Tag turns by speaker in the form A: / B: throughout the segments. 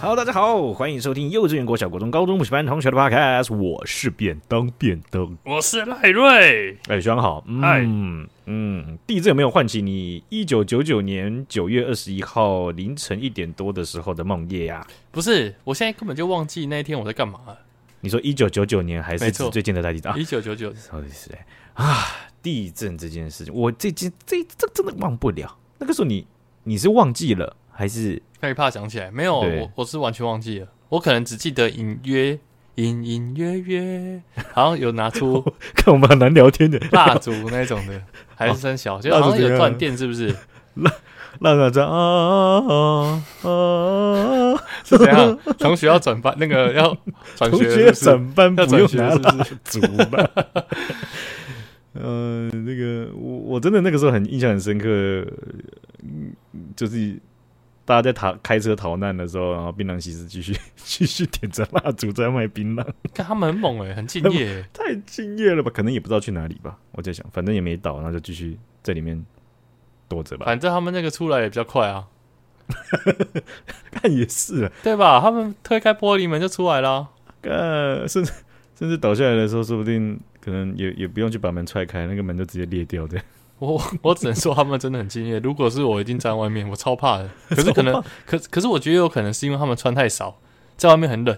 A: Hello，大家好，欢迎收听幼稚园、国小、国中、高中补习班同学的 Podcast，我是便当便当。
B: 我是赖瑞，
A: 哎，学长好，
B: 嗨
A: 嗯嗯，地震有没有唤起你一九九九年九月二十一号凌晨一点多的时候的梦夜呀、
B: 不是，我现在根本就忘记那一天我在干嘛了。
A: 你说一九九九年还是
B: 没
A: 指
B: 错
A: 最近的代地震啊？
B: 一九九九，
A: 不好意思哎啊，地震这件事情，我这件这这真的忘不了。那个时候你你是忘记了还是
B: 害怕想起来没有？
A: 对
B: 我我是完全忘记了，我可能只记得隐约、隐隐约约，好像有拿出
A: 看我们很难聊天的？
B: 蜡烛那种的，还是很小，就好像有断电，是不是？
A: 那个在啊啊啊啊！
B: 是怎样？从学校转班，那个要转
A: 同
B: 学
A: 学
B: 是不是，
A: 整班不
B: 要转
A: 用
B: 学
A: 拿
B: 是不是？
A: 足 吧。呃，那个我我真的那个时候很印象很深刻，嗯就是大家在逃开车逃难的时候，然后槟榔西施继续继续点着蜡烛在卖槟榔，
B: 看他们很猛哎、很敬业欸、
A: 太敬业了吧？可能也不知道去哪里吧，我在想，反正也没倒，然后就继续在里面躲着 吧。
B: 反正他们那个出来也比较快啊，
A: 但也是啊，
B: 对吧？他们推开玻璃门就出来了啊。
A: 呃，甚至甚至倒下来的时候，说不定可能也也不用去把门踹开，那个门就直接裂掉的。
B: 我我只能说他们真的很敬业。如果是我，一定站外面，我超怕的。可是可能，可可是我觉得有可能是因为他们穿太少，在外面很冷。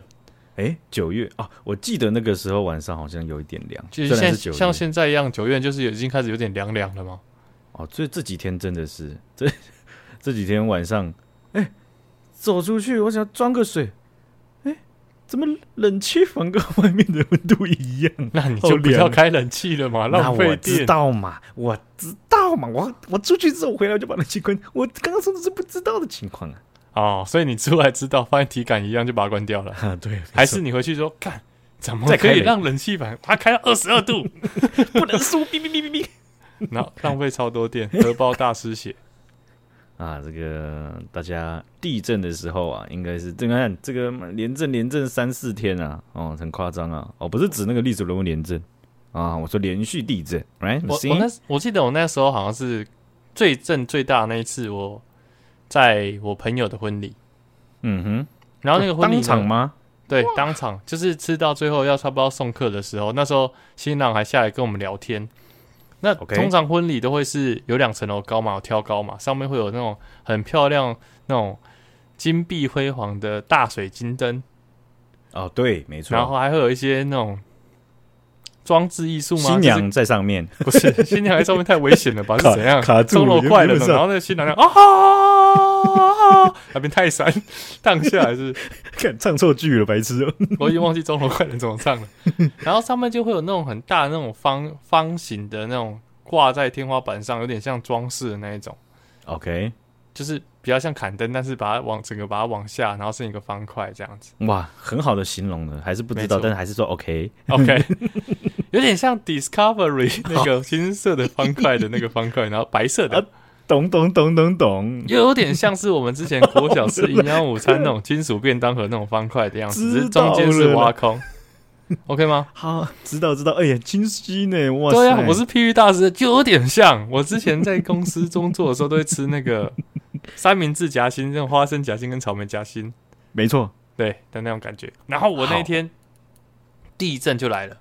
A: 哎，九月啊，我记得那个时候晚上好像有一点凉，
B: 就是
A: 虽然
B: 现
A: 是9月
B: 像现在一样，九月就是已经开始有点凉凉了嘛。
A: 哦，所以这几天真的是这这几天晚上，哎，走出去我想装个水，哎，怎么冷气房跟外面的温度一样？
B: 那你
A: 好
B: 就不
A: 凉
B: 要
A: 啊
B: 开冷气了嘛，
A: 那
B: 浪
A: 我
B: 费
A: 知
B: 电。
A: 道嘛，我知道嘛，我我出去之后回来我就把冷气关，我刚刚说的是不知道的情况啊。
B: 哦，所以你出来知道，发现体感一样，就把它关掉了。
A: 啊，对，
B: 还是你回去说，看怎么
A: 再
B: 可
A: 开
B: 以
A: 冷
B: 让冷气板它开到二十二度，
A: 不能输，哔哔哔哔哔。
B: 然后浪费超多电，荷包大失血。
A: 啊，这个大家地震的时候啊，应该是这个看这个连震连震三四天啊，哦，很夸张啊，哦，不是指那个历史人物连震啊，我说连续地震，right？
B: 我我
A: See？
B: 那时我记得我那时候好像是最震最大那一次，我在我朋友的婚礼，
A: 嗯哼，
B: 然后哦那个婚礼
A: 当
B: 呢
A: 场吗？
B: 对当场就是吃到最后要差不多要送客的时候，那时候新郎还下来跟我们聊天。那
A: OK
B: 通常婚礼都会是有两层楼高嘛，有挑高嘛，上面会有那种很漂亮那种金碧辉煌的大水晶灯，
A: 哦，对，没错。
B: 然后还会有一些那种装置艺术吗？
A: 新
B: 就是
A: 娘在上面，
B: 不是新娘在上面太危险了吧？是
A: 卡
B: 怎样
A: 卡住
B: 钟楼
A: 原
B: 快了
A: 原
B: 呢？
A: 本上
B: 然后那个新娘娘啊，那边泰山 荡下来 是，
A: 看唱错剧了，白 痴哦。
B: 我已经忘记钟楼快了怎么唱了。然后上面就会有那种很大的那种方方形的那种挂在天花板上，有点像装饰的那一种，
A: OK，
B: 就是比较像砍灯，但是把它往整个把它往下，然后剩一个方块这样子。
A: 哇，很好的形容呢，还是不知道，
B: 没错
A: 但是还是说 OK。
B: OK，有点像 Discovery 那个金色的方块的那个方块，然后白色的
A: 啊。懂懂懂懂 懂，
B: 又有点像是我们之前国小吃营养午餐那种金属便当盒那种方块的样子，只是
A: 知道了
B: 中间是挖空。OK 吗？
A: 好，知道知道，哎呀，清晰呢，哇塞，
B: 对啊，我是譬喻大师，就有点像。我之前在公司工作的时候，都会吃那个 三明治夹心，那种花生夹心跟草莓夹心，
A: 没错。
B: 对的那种感觉。然后我那一天地震就来了，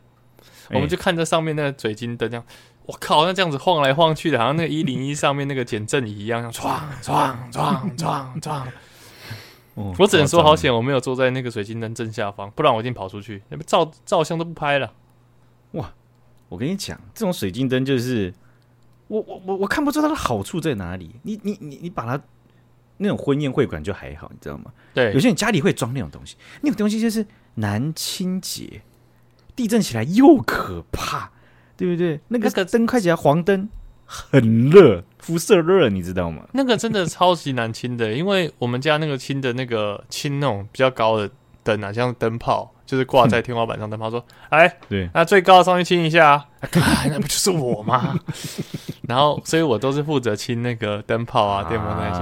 A: 哎
B: 我们就看这上面那个水晶灯，这样，我靠，那这样子晃来晃去的，好像那个一零一上面那个减震仪一 样，唰唰唰唰唰。
A: 哦
B: 我只能说好
A: 夸张
B: 险，我没有坐在那个水晶灯正下方，不然我一定跑出去，那边照照相都不拍了。
A: 我跟你讲，这种水晶灯就是我我我我看不出它的好处在哪里。你你你你把它那种婚宴会馆就还好，你知道吗？有
B: 对，
A: 些人家里会装那种东西，那种东西就是难清洁，地震起来又可怕，对不对？那个
B: 那个
A: 灯看起来黄灯很热，辐射热，你知道吗？
B: 那个真的超级难清的，因为我们家那个清的那个清那种比较高的灯啊，像灯泡，就是挂在天花板上灯泡说，哎，
A: 对，
B: 那最高的上去清一下啊，啊 干那不就是我吗？ 然后，所以我都是负责清那个灯泡啊、电波那些。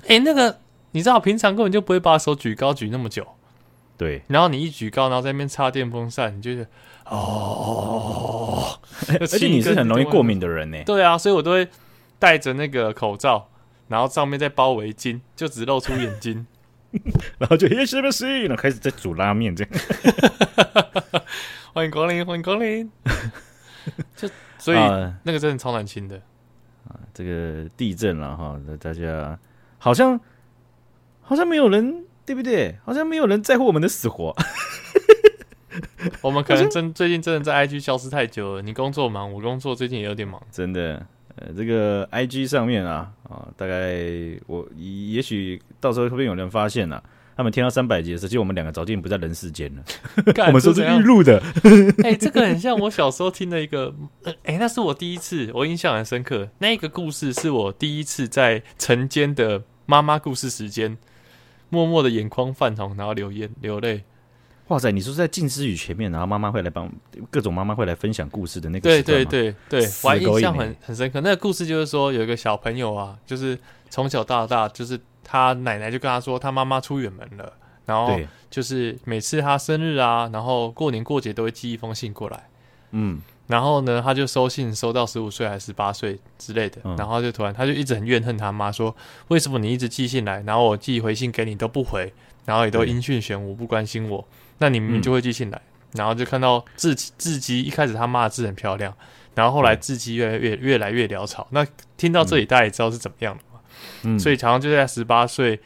A: 些，
B: 哎、那个你知道，平常根本就不会把手举高举那么久，
A: 对，
B: 然后你一举高，然后在那边插电风扇，你就是哦，
A: 而
B: 而
A: 且你是很容易过。敏的人呢、
B: 对啊，所以我都会 戴着那个口罩，然后上面再包围巾，就只露出眼睛，
A: 然后就也许不是，然后开始在煮拉面这样。
B: 欢迎光临，欢迎 光临。就所以、
A: 啊
B: 那个真的超难清的，
A: 这个地震了哈，那大家好像好像没有人，对不对？好像没有人在乎我们的死活。
B: 我们可能真最近真的在 IG 消失太久了。你工作忙，我工作最近也有点 忙。
A: 真的，呃，这个 I G 上面啊，啊，大概我也许到时候会不会有人发现啊？他们听到三百集的时候，其实我们两个早就已经不在人世 间了。
B: 干
A: 我们
B: 哎这
A: 说是
B: 怎样
A: 预录的，
B: 哎、这个很像我小时候听的一个，呃哎、那是我第一次，我印象很深刻。那个故事是我第一次在晨间的妈妈故事时间，默默的眼眶泛红，然后流眼流泪。
A: 哇塞！你说是在近思语前面，啊然后妈妈会来帮各种妈妈会来分享故事的那个
B: 对
A: 时段
B: 对
A: 吗，
B: 对对，
A: 死
B: 我还
A: 狗
B: 印
A: 瘾
B: 象
A: 欸
B: 很很深刻。那个故事就是说，有一个小朋友啊，就是从小到大，就是他奶奶就跟他说，他妈妈出远门了，然后
A: 对，
B: 就是每次他生日啊，然后过年过节都会寄一封信过来。
A: 嗯，
B: 然后呢，他就收信收到十五岁还是十八岁之类的，
A: 嗯
B: 然后他就突然他就一直很怨恨他妈，说为什么你一直寄信来，然后我寄回信给你都不回，然后也都
A: 对
B: 音讯全无，不关心我，那你明明
A: 嗯
B: 就会寄信来，然后就看到字字迹一开始他骂的字很漂亮，然后后来
A: 对
B: 字迹越来越越来越潦草，那听到这里大家也知道是怎么样了嘛，
A: 嗯
B: 所以常常就在十八岁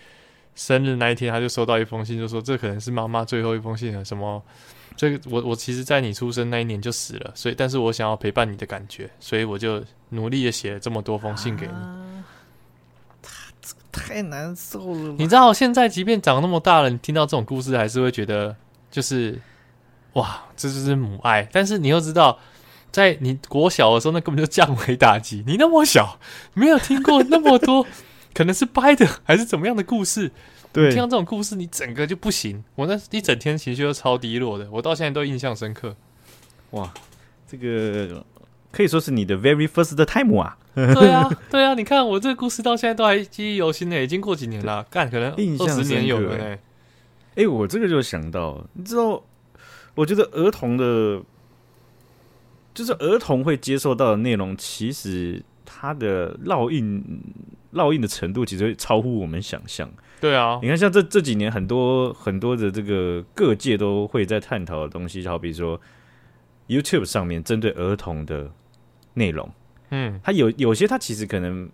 B: 生日那一天，他就收到一封信，就说这可能是妈妈最后一封信了，什么。这个我我其实，在你出生那一年就死了，所以但是我想要陪伴你的感觉，所以我就努力的写了这么多封信给你。
A: 太难受了
B: 你知道，现在即便长那么大了，你听到这种故事，还是会觉得就是哇，这就是母爱。但是你又知道，在你国小的时候，那根本就降维打击。你那么小，没有听过那么多，可能是掰的还是怎么样的故事，
A: 对
B: 听到这种故事，你整个就不行。我那一整天情绪都超低落的，我到现在都印象深刻。
A: 哇，这个可以说是你的 very first time 啊，
B: 对啊，对啊，你看我这个故事到现在都还记忆犹新呢，已经过几年 了，干可能
A: 印象
B: 二十年有了
A: 深刻
B: 呢。
A: 哎、我这个就想到，你知道，我觉得儿童的，就是儿童会接受到的内容，其实它的烙印烙印的程度，其实会超乎我们想象。
B: 对啊，
A: 你看，像这这几年很多很多的这个各界都会在探讨的东西，好比说 YouTube 上面针对儿童的内容，
B: 嗯，
A: 它有有些它其实可能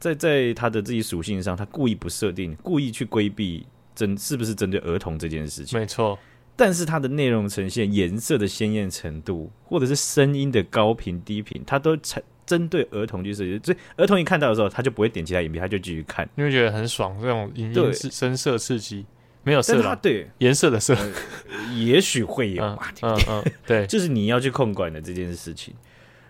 A: 在在它的自己属性上，它故意不设定，故意去规避针是不是针对儿童这件事情。
B: 没错，
A: 但是它的内容呈现、颜色的鲜艳程度，或者是声音的高频、低频，它都针针对儿童去设计。所以儿童一看到的时候，他就不会点其他影片，他就继续看。
B: 你会觉得很爽，这种影音
A: 对
B: 刺深色刺激，没有
A: 但
B: 色
A: 是他
B: 啦，
A: 对，
B: 颜色的色，
A: 也许会有
B: 嗯
A: 吧，
B: 嗯嗯， 对，
A: 就是你要去控管的这件事情。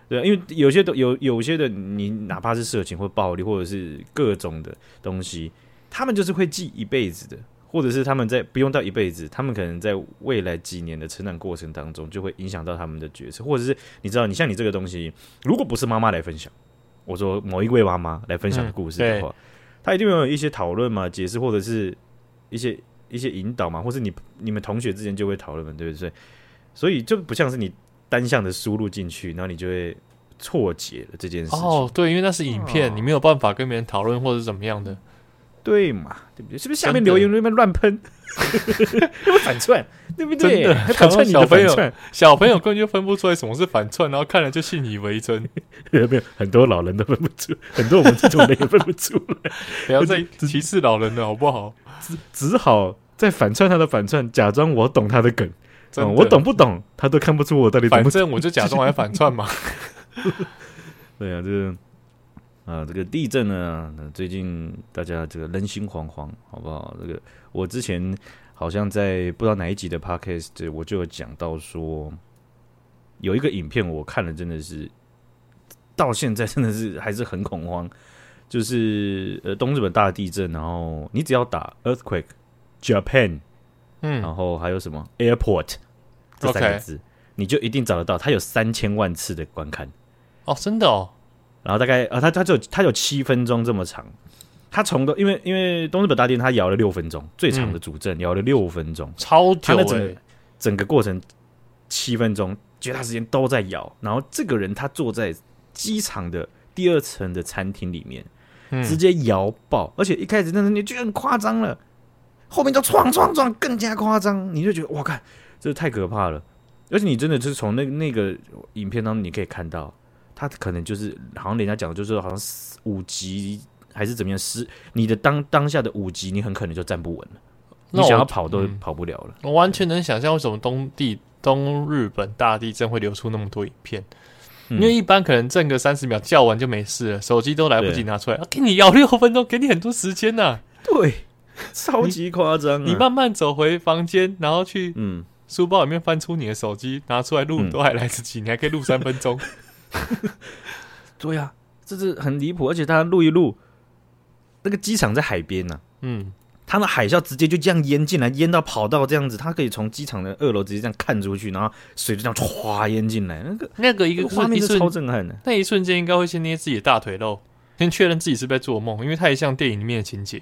A: 对，因为有些都有有些的，你哪怕是色情或暴力，或者是各种的东西，他们就是会记一辈子的，或者是他们在不用到一辈子，他们可能在未来几年的成长过程当中，就会影响到他们的决策，或者是你知道，你像你这个东西，如果不是妈妈来分享，我说某一位妈妈来分享的故事
B: 嗯
A: 的
B: 对
A: 话，她一定会有一些讨论嘛、解释，或者是一些一些引导嘛，或是你你们同学之间就会讨论嘛，对不对？所以就不像是你单向的输入进去，然后你就会错解了这件事情。
B: 哦，对，因为那是影片，
A: 哦
B: 你没有办法跟别人讨论或者怎么样的，
A: 对嘛？对不对？是不是下面
B: 真的
A: 留言那边乱 喷，又反串， 对不
B: 真的
A: 对？还反串你
B: 然
A: 的
B: 后小朋
A: 反
B: 友
A: 串，
B: 小朋友根本就分不出来什么是反串，然后看了就信以为 真，
A: 没有很多老人都分不出，很多我们这种人也分不出来，
B: 不要再歧视老人了，好不好？
A: 只好在反串他的反串，假装我懂他的梗。
B: 真的
A: 嗯我懂，不懂，他都看不出我到底懂
B: 反
A: 不懂。
B: 正我就假装来反 串嘛。
A: 对啊，这个啊，这个地震呢，那最近大家这个人心惶惶，好不好？这个我之前好像在不知道哪一集的 podcast，我就有讲到说，有一个影片我看了，真的是到现在真的是还是很恐慌，就是呃东日本大地震，然后你只要打 earthquake Japan，
B: 嗯，
A: 然后还有什么 airport 这三
B: OK
A: 个字你就一定找得到，它有三千万次的观看。
B: 哦，真的哦，
A: 然后大概啊，它它就它有七分钟这么长，它从头因为因为东日本大地震它摇了六分钟，最长的主阵摇了六分钟，
B: 超
A: 它
B: 久
A: 那整个
B: 哎，
A: 整个过程七分钟，绝大时间都在摇。然后这个人他坐在机场的第二层的餐厅里面，
B: 嗯
A: 直接摇爆，而且一开始那你觉得很夸张了，后面就撞撞撞更加夸张，你就觉得哇，看这太可怕了。而且你真的就是从那那个影片当中你可以看到，他可能就是好像人家讲的就是好像十五级还是怎么样，十你的当当下的五级你很可能就站不稳了，
B: 那
A: 你
B: 我
A: 想要跑都
B: 嗯
A: 跑不了了。
B: 我完全能想象为什么东地东日本大地震会流出那么多影片，
A: 嗯
B: 因为一般可能震个三十秒，叫完就没事了，手机都来不
A: 对
B: 及拿出来，啊、给你摇六分钟，给你很多时间呐、
A: 对，超级夸张、啊
B: 你慢慢走回房间，然后去
A: 嗯，
B: 书包里面翻出你的手机，拿出来录
A: 嗯
B: 都还来得及，你还可以录三分 钟。
A: 对啊，这是很离谱，而且他录一录，那个机场在海边啊呢、
B: 嗯，
A: 他们海啸直接就这样淹进来，淹到跑道这样子，他可以从机场的二楼直接这样看出去，然后水就这样唰淹进来，那个
B: 那个一
A: 那
B: 个
A: 个画面
B: 一
A: 是超
B: 瞬，
A: 震撼的。
B: 那一瞬间应该会先捏自己的大腿肉，先确认自己是不是在做梦，因为太像电影里面的情节。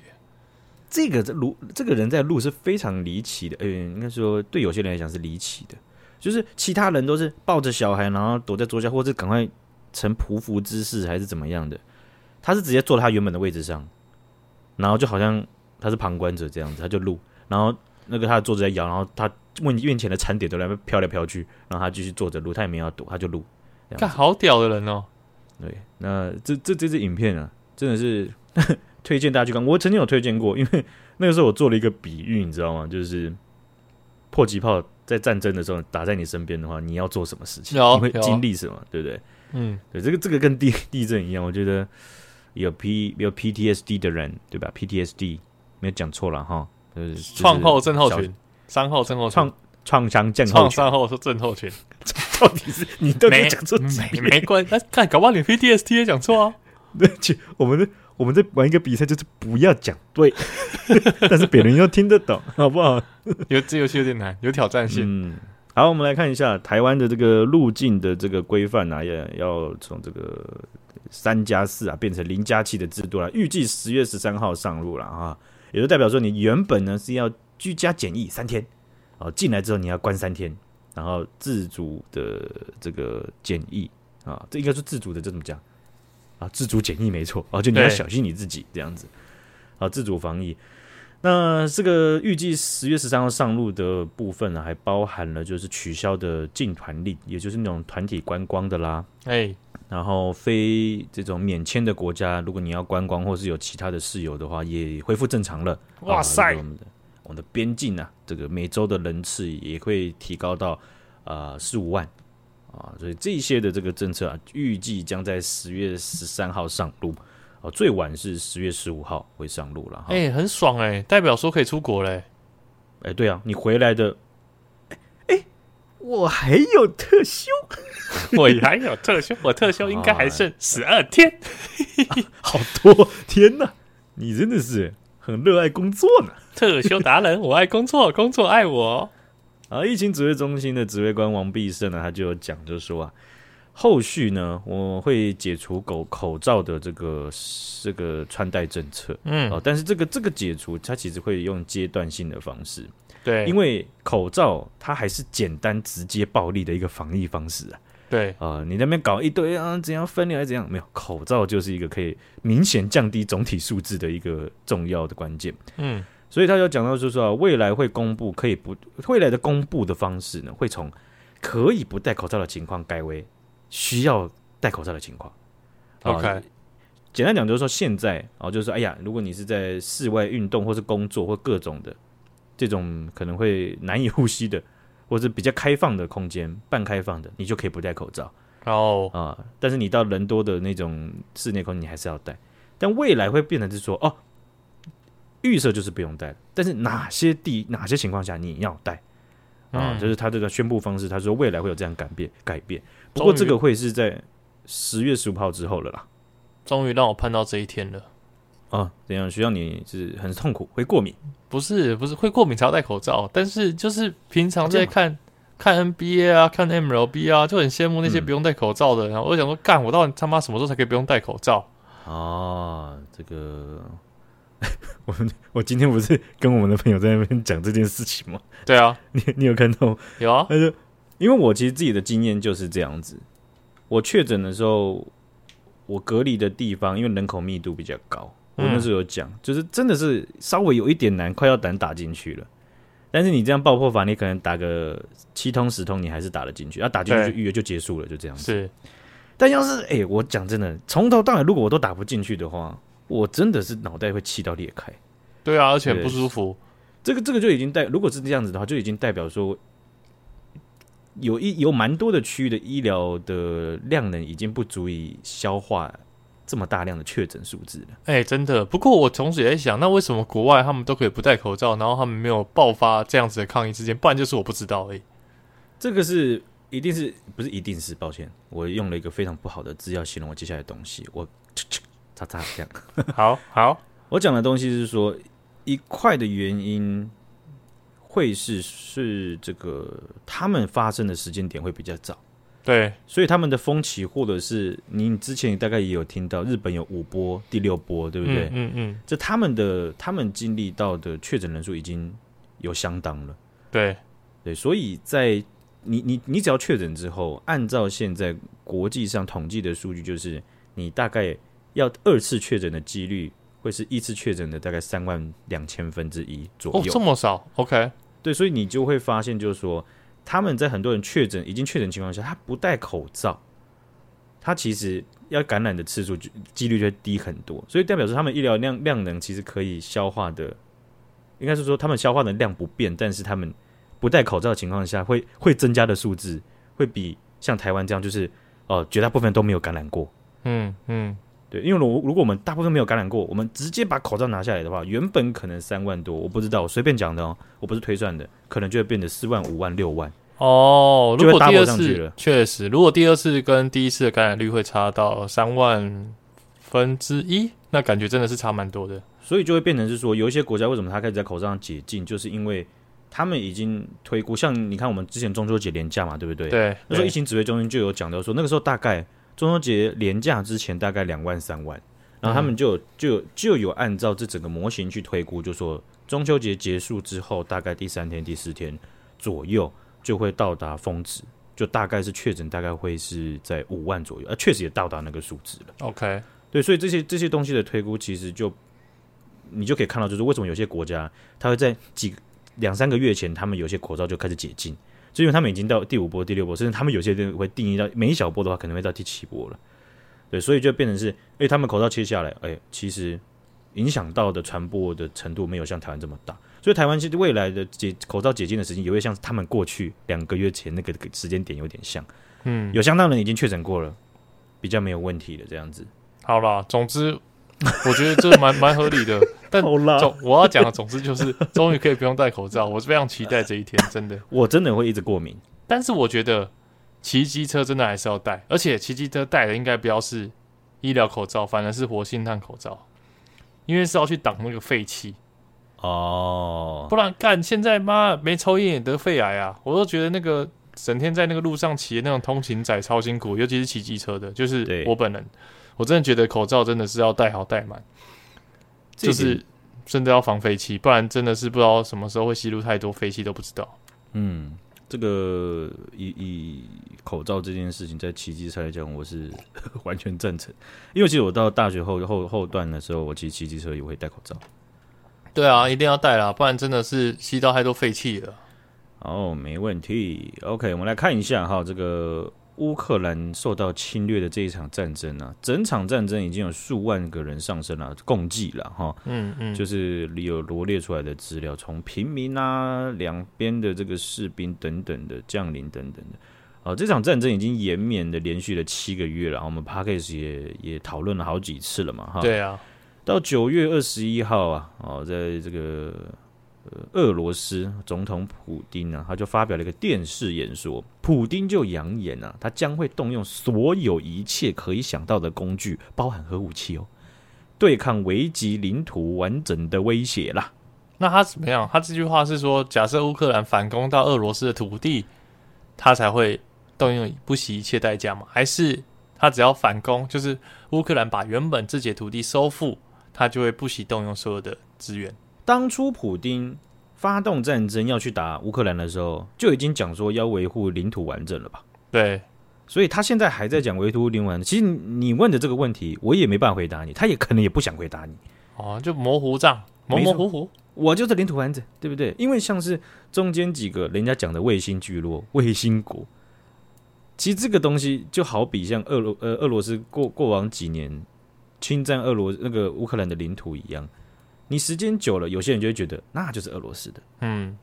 A: 这个这路这个人在路是非常离奇的，嗯、应该说对有些人来讲是离奇的，就是其他人都是抱着小孩，然后躲在桌下，或者赶快呈匍匐姿势，还是怎么样的，他是直接坐在他原本的位置上，然后就好像他是旁观者这样子，他就录，然后那个他的桌子在摇，然后他问面前的餐点都在那边飘来飘去，然后他继续坐着录，他也没有要躲，他就录。这样子
B: 看好屌的人哦，
A: 对，那这这这支影片啊，真的是 推荐大家去看。我曾经有推荐过，因为那个时候我做了一个比喻，你知道吗？就是迫击炮在战争的时候打在你身边的话，你要做什么事情？
B: 有
A: 你会
B: 有
A: 经历什么？对不对？
B: 嗯，
A: 对，这个这个跟地 地震一样，我觉得有 P 有 PTSD 的人，对吧？PTSD 没有讲错了哈，就是
B: 创后症候，
A: 就是小
B: 群，伤后症候群，
A: 创创伤症候
B: 创
A: 群，
B: 伤后症候群，
A: 到底是你到底讲错几
B: 没
A: 遍？
B: 没关，那看搞不好你 PTSD 也讲错啊。
A: 对，就我们的我们在玩一个比赛，就是不要讲对， 但是别人要听得懂， 好不好？
B: 有这游戏有点难，有挑战性。
A: 嗯，好，我们来看一下台湾的这个路径的这个规范啊，也要从这个三加四啊变成零加七的制度了，预计十月十三号上路了啊，也就代表说你原本呢是要居家检疫三天，哦，进来之后你要关三天，然后自主的这个检疫啊，这应该是自主的，这怎么讲啊？自主检疫没错，哦，就你要
B: 对
A: 小心你自己这样子，啊，自主防疫。那这个预计十月十三号上路的部分呢、还包含了就是取消的禁团令，也就是那种团体观光的啦，
B: 哎，
A: 然后非这种免签的国家，如果你要观光或是有其他的事由的话，也恢复正常了。
B: 哇
A: 啊
B: 塞
A: 这个我，们的我们的边境啊，这个每周的人次也会提高到呃十五万啊，所以这些的这个政策啊，预计将在十月十三号上路，哦、最晚是十月十五号会上路了哈。
B: 哎，很爽哎，代表说可以出国嘞。
A: 哎、对啊，你回来的，哎、哎我还有特休，
B: 我还有特休，我特休应该还剩 十二天。
A: 好多，天哪，你真的是很热爱工作呢。
B: 特休达人，我爱工作，工作爱我。哦
A: 啊，疫情指挥中心的指挥官王必胜呢，他就有讲，就说啊，后续呢，我会解除口口罩的这个这个穿戴政策哦、
B: 嗯，
A: 但是这个这个解除，它其实会用阶段性的方式，
B: 对，
A: 因
B: 为
A: 为口罩它还是简单、直接、暴力的一个防疫方式啊。
B: 对
A: 啊、你那边搞一堆啊，怎样分裂还是怎样？没有，口罩就是一个可以明显降低总体数字的一个重要的关键。
B: 嗯
A: 所以他就讲到，就是说、啊、未来会公布可以不未来的公布的方式呢，会从可以不戴口罩的情况改为需要戴口罩的情况。啊
B: ，OK，
A: 简单讲就是说，现在哦，就是说，哎呀，如果你是在室外运动或是工作或各种的这种可能会难以呼吸的，或是比较开放的空间、半开放的，你就可以不戴口罩。
B: 然后
A: 啊、但是你到人多的那种室内空间，你还是要戴。但未来会变成是说，哦，预设就是不用戴了，但是哪些地哪些情况下你要戴啊？
B: 嗯
A: 就是他这个宣布方式，他说未来会有这样改变改变。不过
B: 终于
A: 这个会是在十月十五号之后了啦。
B: 终于让我盼到这一天了。哦
A: 啊，怎样？需要你是很痛苦，会过敏。
B: 不是不是，会过敏才要戴口罩，但是就是平常
A: 哦这
B: 在
A: 样啊
B: 看。看 NBA 啊，看 MLB 啊，就很羡慕那些
A: 嗯
B: 不用戴口罩的。然后我想说，干，我到底他妈什么时候才可以不用戴口罩？啊
A: 哦，这个， 我们我今天不是跟我们的朋友在那边讲这件事情吗？
B: 对啊，
A: 你你有看到吗
B: 有啊，
A: 但是因为我其实自己的经验就是这样子，我确诊的时候，我隔离的地方因为人口密度比较高，我那时候有讲，就是真的是稍微有一点难，快要胆打进去了。但是你这样爆破法，你可能打个七通十通，你还是打得进去。要、啊、打进去就
B: 对
A: 预约就结束了，就这样子。
B: 是
A: 但要是哎、我讲真的，从头到尾如果我都打不进去的话，我真的是脑袋会气到裂开。
B: 对啊，而且很
A: 对
B: 不舒服，
A: 这个这个就已经代，如果是这样子的话，就已经代表说有一有蛮多的区域的医疗的量能已经不足以消化这么大量的确诊数字了。
B: 哎、真的。不过我同时也在想，那为什么国外他们都可以不戴口罩，然后他们没有爆发这样子的抗议事件？不然就是我不知 道而已。
A: 这个是一定是不是一定是？抱歉，我用了一个非常不好的字要形容我接下来的东西。我嚓嚓这样，
B: 好好，
A: 我讲的东西是说一块的原因会是是这个他们发生的时间点会比较早。
B: 对，
A: 所以他们的风起，或者是你之前大概也有听到，日本有五波、第六波，对不对？
B: 嗯嗯嗯，
A: 这他们的他们经历到的确诊人数已经有相当了，
B: 对，
A: 对，所以在你你你只要确诊之后，按照现在国际上统计的数据，就是你大概要二次确诊的几率会是一次确诊的大概三万两千分之一左
B: 哦，
A: 右，
B: 这么少，OK，
A: 对，所以你就会发现，就是说他们在很多人确诊已经确诊情况下，他不戴口罩，他其实要感染的次数就几率就会低很多，所以代表说他们医疗量量能其实可以消化的，应该是说他们消化的量不变，但是他们不戴口罩的情况下会会增加的数字会比像台湾这样，就是呃绝大部分都没有感染过。
B: 嗯嗯，
A: 对，因为如如果我们大部分没有感染过，我们直接把口罩拿下来的话，原本可能三万多，我不知道，我随便讲的哦，我不是推算的，可能就会变得四万、五万、六万。
B: 哦，
A: 就
B: 如
A: 会
B: 果第
A: double
B: 二
A: 上去
B: 次
A: 了
B: 确实，如果第二次跟第一次的感染率会差到三万分之一，那感觉真的是差蛮多的。
A: 所以就会变成是说，有一些国家为什么他开始在口罩上解禁，就是因为他们已经推估，像你看我们之前中秋节连假嘛，对不对？。
B: 对，
A: 那时候疫情指挥中心就有讲到说，那个时候大概中秋节连假之前大概两万三万，然后他们就有、就有就有按照这整个模型去推估，就说中秋节结束之后，大概第三天第四天左右就会到达峰值，就大概是确诊大概会是在五万左右，呃，确实也到达那个数值了。
B: OK，
A: 对，所以这些这些东西的推估，其实就你就可以看到，就是为什么有些国家它会在几两三个月前，他们有些口罩就开始解禁，就因为他们已经到第五波、第六波，甚至他们有些人会定义到每一小波的话，可能会到第七波了。对，所以就变成是，哎、他们口罩切下来，哎、其实影响到的传播的程度没有像台湾这么大，所以台湾其实未来的解口罩解禁的时间也会像他们过去两个月前那个时间点有点像，
B: 嗯，
A: 有相当人已经确诊过了，比较没有问题的这样子。
B: 好啦，总之我觉得这蛮蛮合理的。 但
A: 啦
B: 总我要讲的，总之就是终于可以不用戴口罩，我是非常期待这一天，真的。
A: 我真的会一直过敏。
B: 但是我觉得骑机车真的还是要戴，而且骑机车戴的应该不要是医疗口罩，反而是活性炭口罩，因为是要去挡那个废气。
A: 哦，
B: 不然干现在妈没抽烟也得肺癌啊！我都觉得那个整天在那个路上骑的那种通勤仔超辛苦，尤其是骑机车的，就是
A: 对
B: 我本人，我真的觉得口罩真的是要戴好戴满，
A: 这
B: 就
A: 一点
B: 是真的要防废气，不然真的是不知道什么时候会吸入太多废气都不知道。
A: 嗯，这个以以口罩这件事情，在骑机车来讲，我是 完全赞成。因为其实我到大学后后后段的时候，我其实骑机车也会戴口罩。
B: 对啊，一定要戴啦，不然真的是吸到太多废气了。
A: 哦，没问题。OK，我们来看一下哈，这个乌克兰受到侵略的这一场战争啊，整场战争已经有数万个人上升了，共计了哈。
B: 嗯嗯，
A: 就是有罗列出来的资料，从平民啊、两边的这个士兵等等的将领等等的。哦，这场战争已经延绵的连续了七个月了，我们 p a c k a g e 也也讨论了好几次了嘛，哈。。
B: 对啊，
A: 到九月二十一号啊，哦，在这个呃俄罗斯总统普丁啊，他就发表了一个电视演说，普丁就扬言啊，他将会动用所有一切可以想到的工具，包含核武器哦，对抗危及领土完整的威胁啦。
B: 那他怎么样？他这句话是说，假设乌克兰反攻到俄罗斯的土地，他才会动用不惜一切代价吗？还是他只要反攻，就是乌克兰把原本自己的土地收复，他就会不惜动用所有的资源？
A: 当初普丁发动战争要去打乌克兰的时候，就已经讲说要维护领土完整了吧？
B: 对，
A: 所以他现在还在讲维都领完。其实你你问的这个问题，我也没办法回答你，他也可能也不想回答你。
B: 哦，就模糊账，模模糊糊。
A: 我就是领土丸子，对不对？因为像是中间几个人家讲的卫星聚落、 卫星国，其实这个东西就好比像俄罗呃俄罗斯过过往几年侵占俄罗那个乌克兰的领土一样，你时间久了，有些人就会觉得那就是俄罗斯的。
B: 嗯，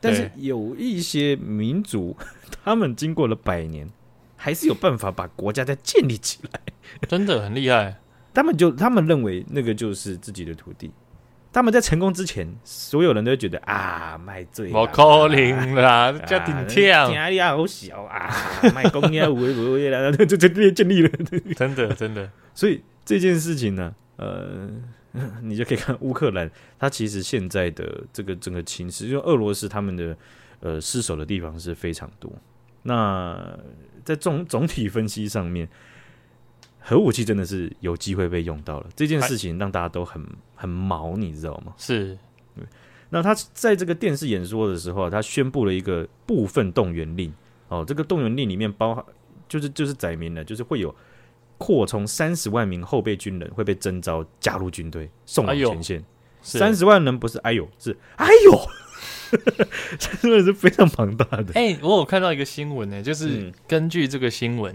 A: 但是有一些民族， 他们经过了百年，还是有办法把国家再建立起来。
B: 真的很 厉害。
A: 他们就他们认为那个就是自己的土地。他们在成功之前，所有人都会觉得啊，卖醉，
B: 我可 能啦，叫
A: 啊
B: 顶天，
A: 压力好小啊，卖公鸭五五五啦，就就就建立了。
B: 真的真的，
A: 所以这件事情呢，呃， 你就可以看乌克兰，它其实现在的这个整个情势，因为俄罗斯他们的呃失守的地方是非常多。那在总总体分析上面，核武器真的是有机会被用到了，这件事情让大家都很很毛，你知道吗？
B: 是
A: 那他在这个电视演说的时候啊，他宣布了一个部分动员令哦，这个动员令里面包含就是就是载明了，就是会有扩充三十万名后备军人会被征召加入军队，送往
B: 哎呦
A: 前线。
B: 是
A: 三十、万人不是哎呦，是哎呦， 三十万是非常庞大的。
B: 哎、我有看到一个新闻呢、就是
A: 嗯
B: 根据这个新闻，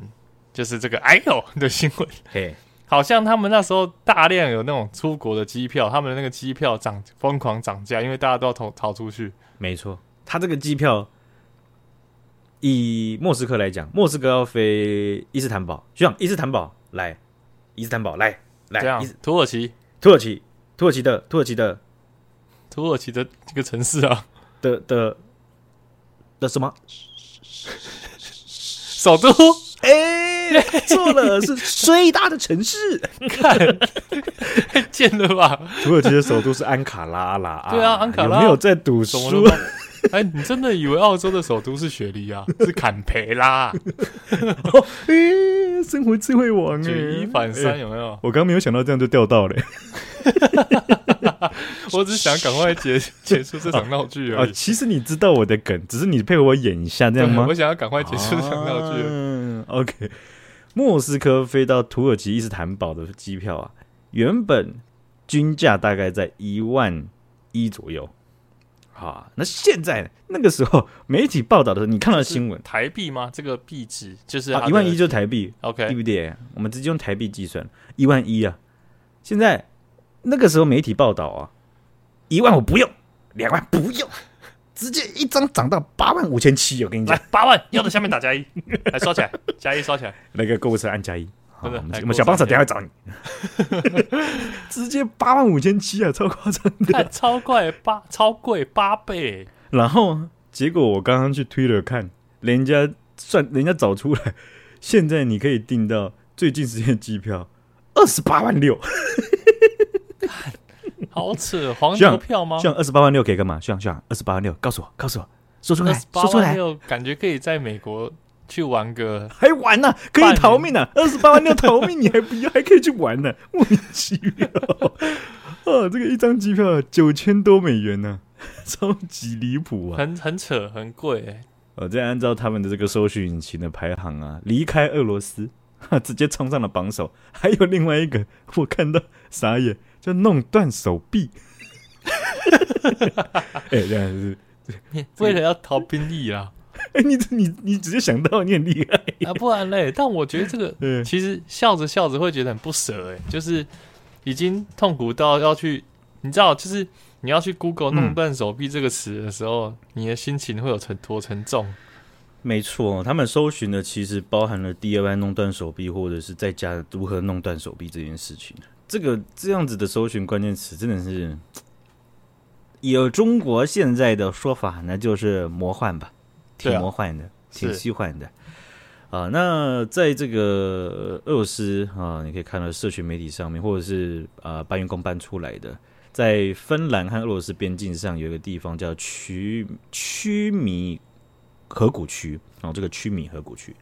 B: 就是这个哎呦的新闻，
A: 嘿，
B: 好像他们那时候大量有那种出国的机票，他们的那个机票涨疯狂涨价，因为大家都要逃逃出去。
A: 没错，他这个机票以莫斯科来讲，莫斯科要飞伊斯坦堡，学长，伊斯坦堡来，伊斯坦堡来
B: 这
A: 来，
B: 样
A: 伊斯，
B: 土耳其，
A: 土耳其，土耳其的土耳其的
B: 土耳其的这个城市啊，
A: 的的的什么？
B: 首都，
A: 哎、错了，是最大的城市。
B: 太贱了吧？
A: 土耳其的首都是安卡拉啦。
B: 对啊安卡拉
A: 有没有在赌
B: 怎么
A: 输
B: 了？吗？哎，你真的以为澳洲的首都是雪 梨啊？是坎培拉，
A: 哎、生活智慧王哎、
B: 举一反
A: 哎
B: 三有没有？
A: 我刚没有想到这样就钓到了、
B: 我只是想赶快结 结束这场闹剧
A: 啊
B: 而！已。
A: 其实你知道我的梗，只是你配合我演一下，这样 吗？
B: 我想要赶快结束这场闹剧而已。
A: 嗯，OK，莫斯科飞到土耳其伊斯坦堡的机票啊，原本均价大概在一万一左右。啊，那现在那个时候媒体报道的时候，你看到新闻
B: 台币吗？这个币值就是
A: 啊，一万一就是台币，对
B: OK，
A: 不对？我们直接用台币计算，一万一啊。现在那个时候媒体报道啊，一万我不用，两万不用，直接一张涨到八万五千七。我跟你
B: 来
A: 讲，
B: 八万，要的下面打加一，来刷起来，加一刷起来，
A: 那个购物车按加一。好，我
B: 真的
A: 们
B: 来
A: 我们小帮手等一下会找你， 直接八万五千七啊，超夸张的。
B: 看超贵八超贵八倍，
A: 然后结果我刚刚去推了看，人家算人家找出来，现在你可以订到最近时间的机票二十八万六，
B: 好扯！黄牛票吗？
A: 像二十八万六可以干嘛？像像二十八万六，告诉我，告诉我，说出来，
B: 八
A: 说出
B: 万
A: 来，
B: 六，感觉可以在美国去玩个，
A: 还玩呢、可以逃命呢、啊，二十八万六逃命，你还不要，还可以去玩呢、莫名其妙。 啊，这个一张机票九千多美元呢、 超级离谱啊！
B: 很很扯，很贵、欸。
A: 呃，再按照他们的这个搜索引擎的排行啊，离开俄罗斯，哈，直接冲上了榜首。还有另外一个，我看到傻眼，就弄断手臂。 哎、这样子，
B: 为了要逃兵役啊，
A: 哎、你你你直接想到，你很厉害。
B: 啊不然嘞。但我觉得这个
A: 嗯，
B: 其实笑着笑着会觉得很不舍哎、就是已经痛苦到要去，你知道，就是你要去 Google
A: 嗯
B: 弄断手臂这个词的时候，你的心情会有沉多沉重。
A: 没错，他们搜寻的其实包含了 DIY 弄断手臂，或者是在家如何弄断手臂这件事情。这个这样子的搜寻关键词，真的是有中国现在的说法，那就是魔幻吧，挺
B: 对啊
A: 魔幻的，挺
B: 是
A: 虚幻的。啊，那在这个呃俄罗斯啊，你可以看到社群媒体上面，或者是啊搬运工搬出来的，在芬兰和俄罗斯边境上有一个地方叫曲曲米河谷区，哦，这个曲米河谷区，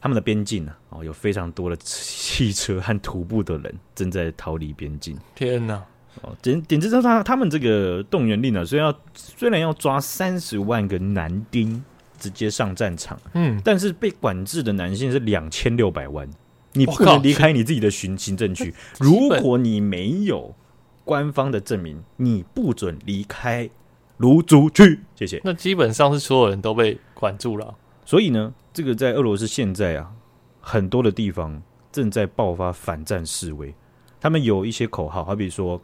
A: 他们的边境呢、啊，哦，有非常多的汽车和徒步的人正在逃离边境。
B: 天哪！
A: 哦，简简直就是他他们这个动员令呢、啊虽然要虽然要抓三十万个男丁直接上战场，
B: 嗯，
A: 但是被管制的男性是两千六百万，你
B: 我
A: 不
B: 靠
A: 能离开你自己的行行政区。如果你没有官方的证明，你不准离开卢竹区。谢谢。
B: 那基本上是所有人都被管住了。
A: 所以呢，这个在俄罗斯现在啊，很多的地方正在爆发反战示威，他们有一些口号，好比说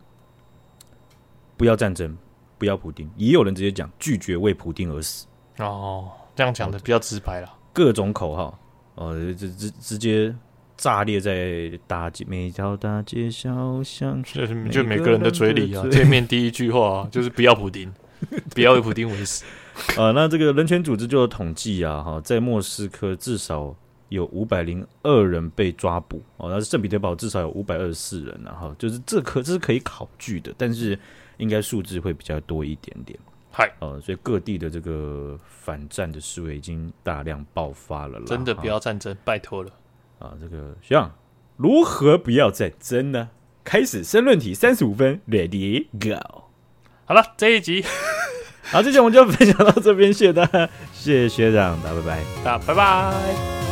A: “不要战争，不要普丁”，也有人直接讲“拒绝为普丁而死
B: 哦，这样讲的比较直白啦。”，
A: 各种口号，呃，直直直接炸裂在大街每条大街小巷。
B: 就是就每个人的嘴里啊，见面第一句话啊，就是不要普丁， 不要为普丁为死。
A: 啊，那这个人权组织就有统计啊，哈，在莫斯科至少有五百零二人被抓捕哦，那圣彼得堡至少有五百二十四人、啊，然后就是这可这是可以考据的，但是应该数字会比较多一点点。
B: 嗨，
A: 呃，所以各地的这个反战的示威已经大量爆发了啦。
B: 真的不
A: 哈
B: 要战争，拜托了。
A: 啊这个学长如何不要战争呢？开始申论题三十五分，Ready Go。
B: 好了，这一集
A: 好，这期我们就分享到这边，谢谢大家，谢谢学长，大家拜拜。
B: 大家拜拜。